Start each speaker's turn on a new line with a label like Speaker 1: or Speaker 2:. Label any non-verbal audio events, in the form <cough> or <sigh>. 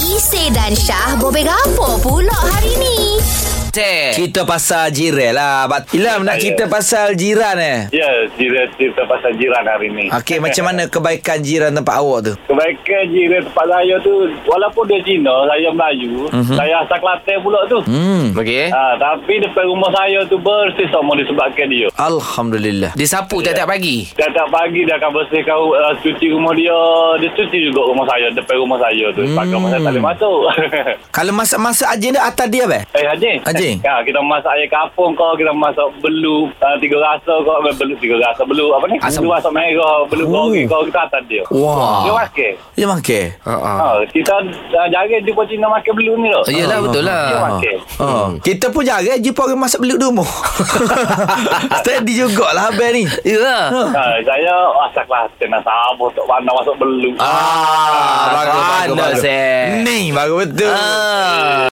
Speaker 1: Isi dan Syah bobek apa pula hari ni?
Speaker 2: Eh.
Speaker 3: Tek. Cerita pasal jiran lah. Bat- Ilham nak
Speaker 4: Ya.
Speaker 3: cerita pasal jiran eh.
Speaker 4: Ya, cerita, cerita pasal jiran hari ni.
Speaker 2: <laughs>
Speaker 3: Okey, macam mana kebaikan jiran tempat awak tu?
Speaker 4: Kebaikan jiran tempat saya tu, walaupun dia Cina, saya Melayu,
Speaker 3: Mhm.
Speaker 4: saya asal Kelantan pula tu.
Speaker 3: Hmm.
Speaker 2: Okey.
Speaker 4: Ha, tapi depan rumah saya tu bersih sama disebabkan dia.
Speaker 3: Alhamdulillah.
Speaker 2: Dia sapu tiap-tiap pagi.
Speaker 4: Setiap pagi dia akan bersihkan uh, cuci rumah dia. Dia cuci juga rumah saya, depan rumah saya tu. Hmm. Pakai rumah saya tak boleh
Speaker 3: <laughs>
Speaker 4: masuk.
Speaker 3: Kalau masak-masak agenda atas dia beh?
Speaker 4: eh, Haji.
Speaker 3: Haji.
Speaker 4: Ha, kita masak air kapung kau, kita masak belu, uh, tiga rasa kau, eh, belu, tiga rasa, belu, apa ni?
Speaker 2: Asam.
Speaker 4: Belu asam merah, belu
Speaker 3: Oh.
Speaker 4: goreng kau, kita atas dia.
Speaker 3: Wah.
Speaker 4: Dia makan.
Speaker 3: Dia makan.
Speaker 2: Ha ah.
Speaker 4: Ha, kita uh, jarang jumpa Cina makan belu ni tu.
Speaker 2: Iyalah betul lah.
Speaker 4: Dia
Speaker 3: Ah.
Speaker 4: makan.
Speaker 3: Ah. Kita pun jarang jumpa orang masak belut
Speaker 2: <laughs>
Speaker 3: rumah. Steady jugalah abang ni.
Speaker 2: Iyalah.
Speaker 3: Ah.
Speaker 4: Ha, saya asal Kelantan nak sabur tak pandang masuk belu.
Speaker 3: Ah,
Speaker 2: bagus, bagus, bagus.
Speaker 3: Ni baru betul.
Speaker 2: Ah.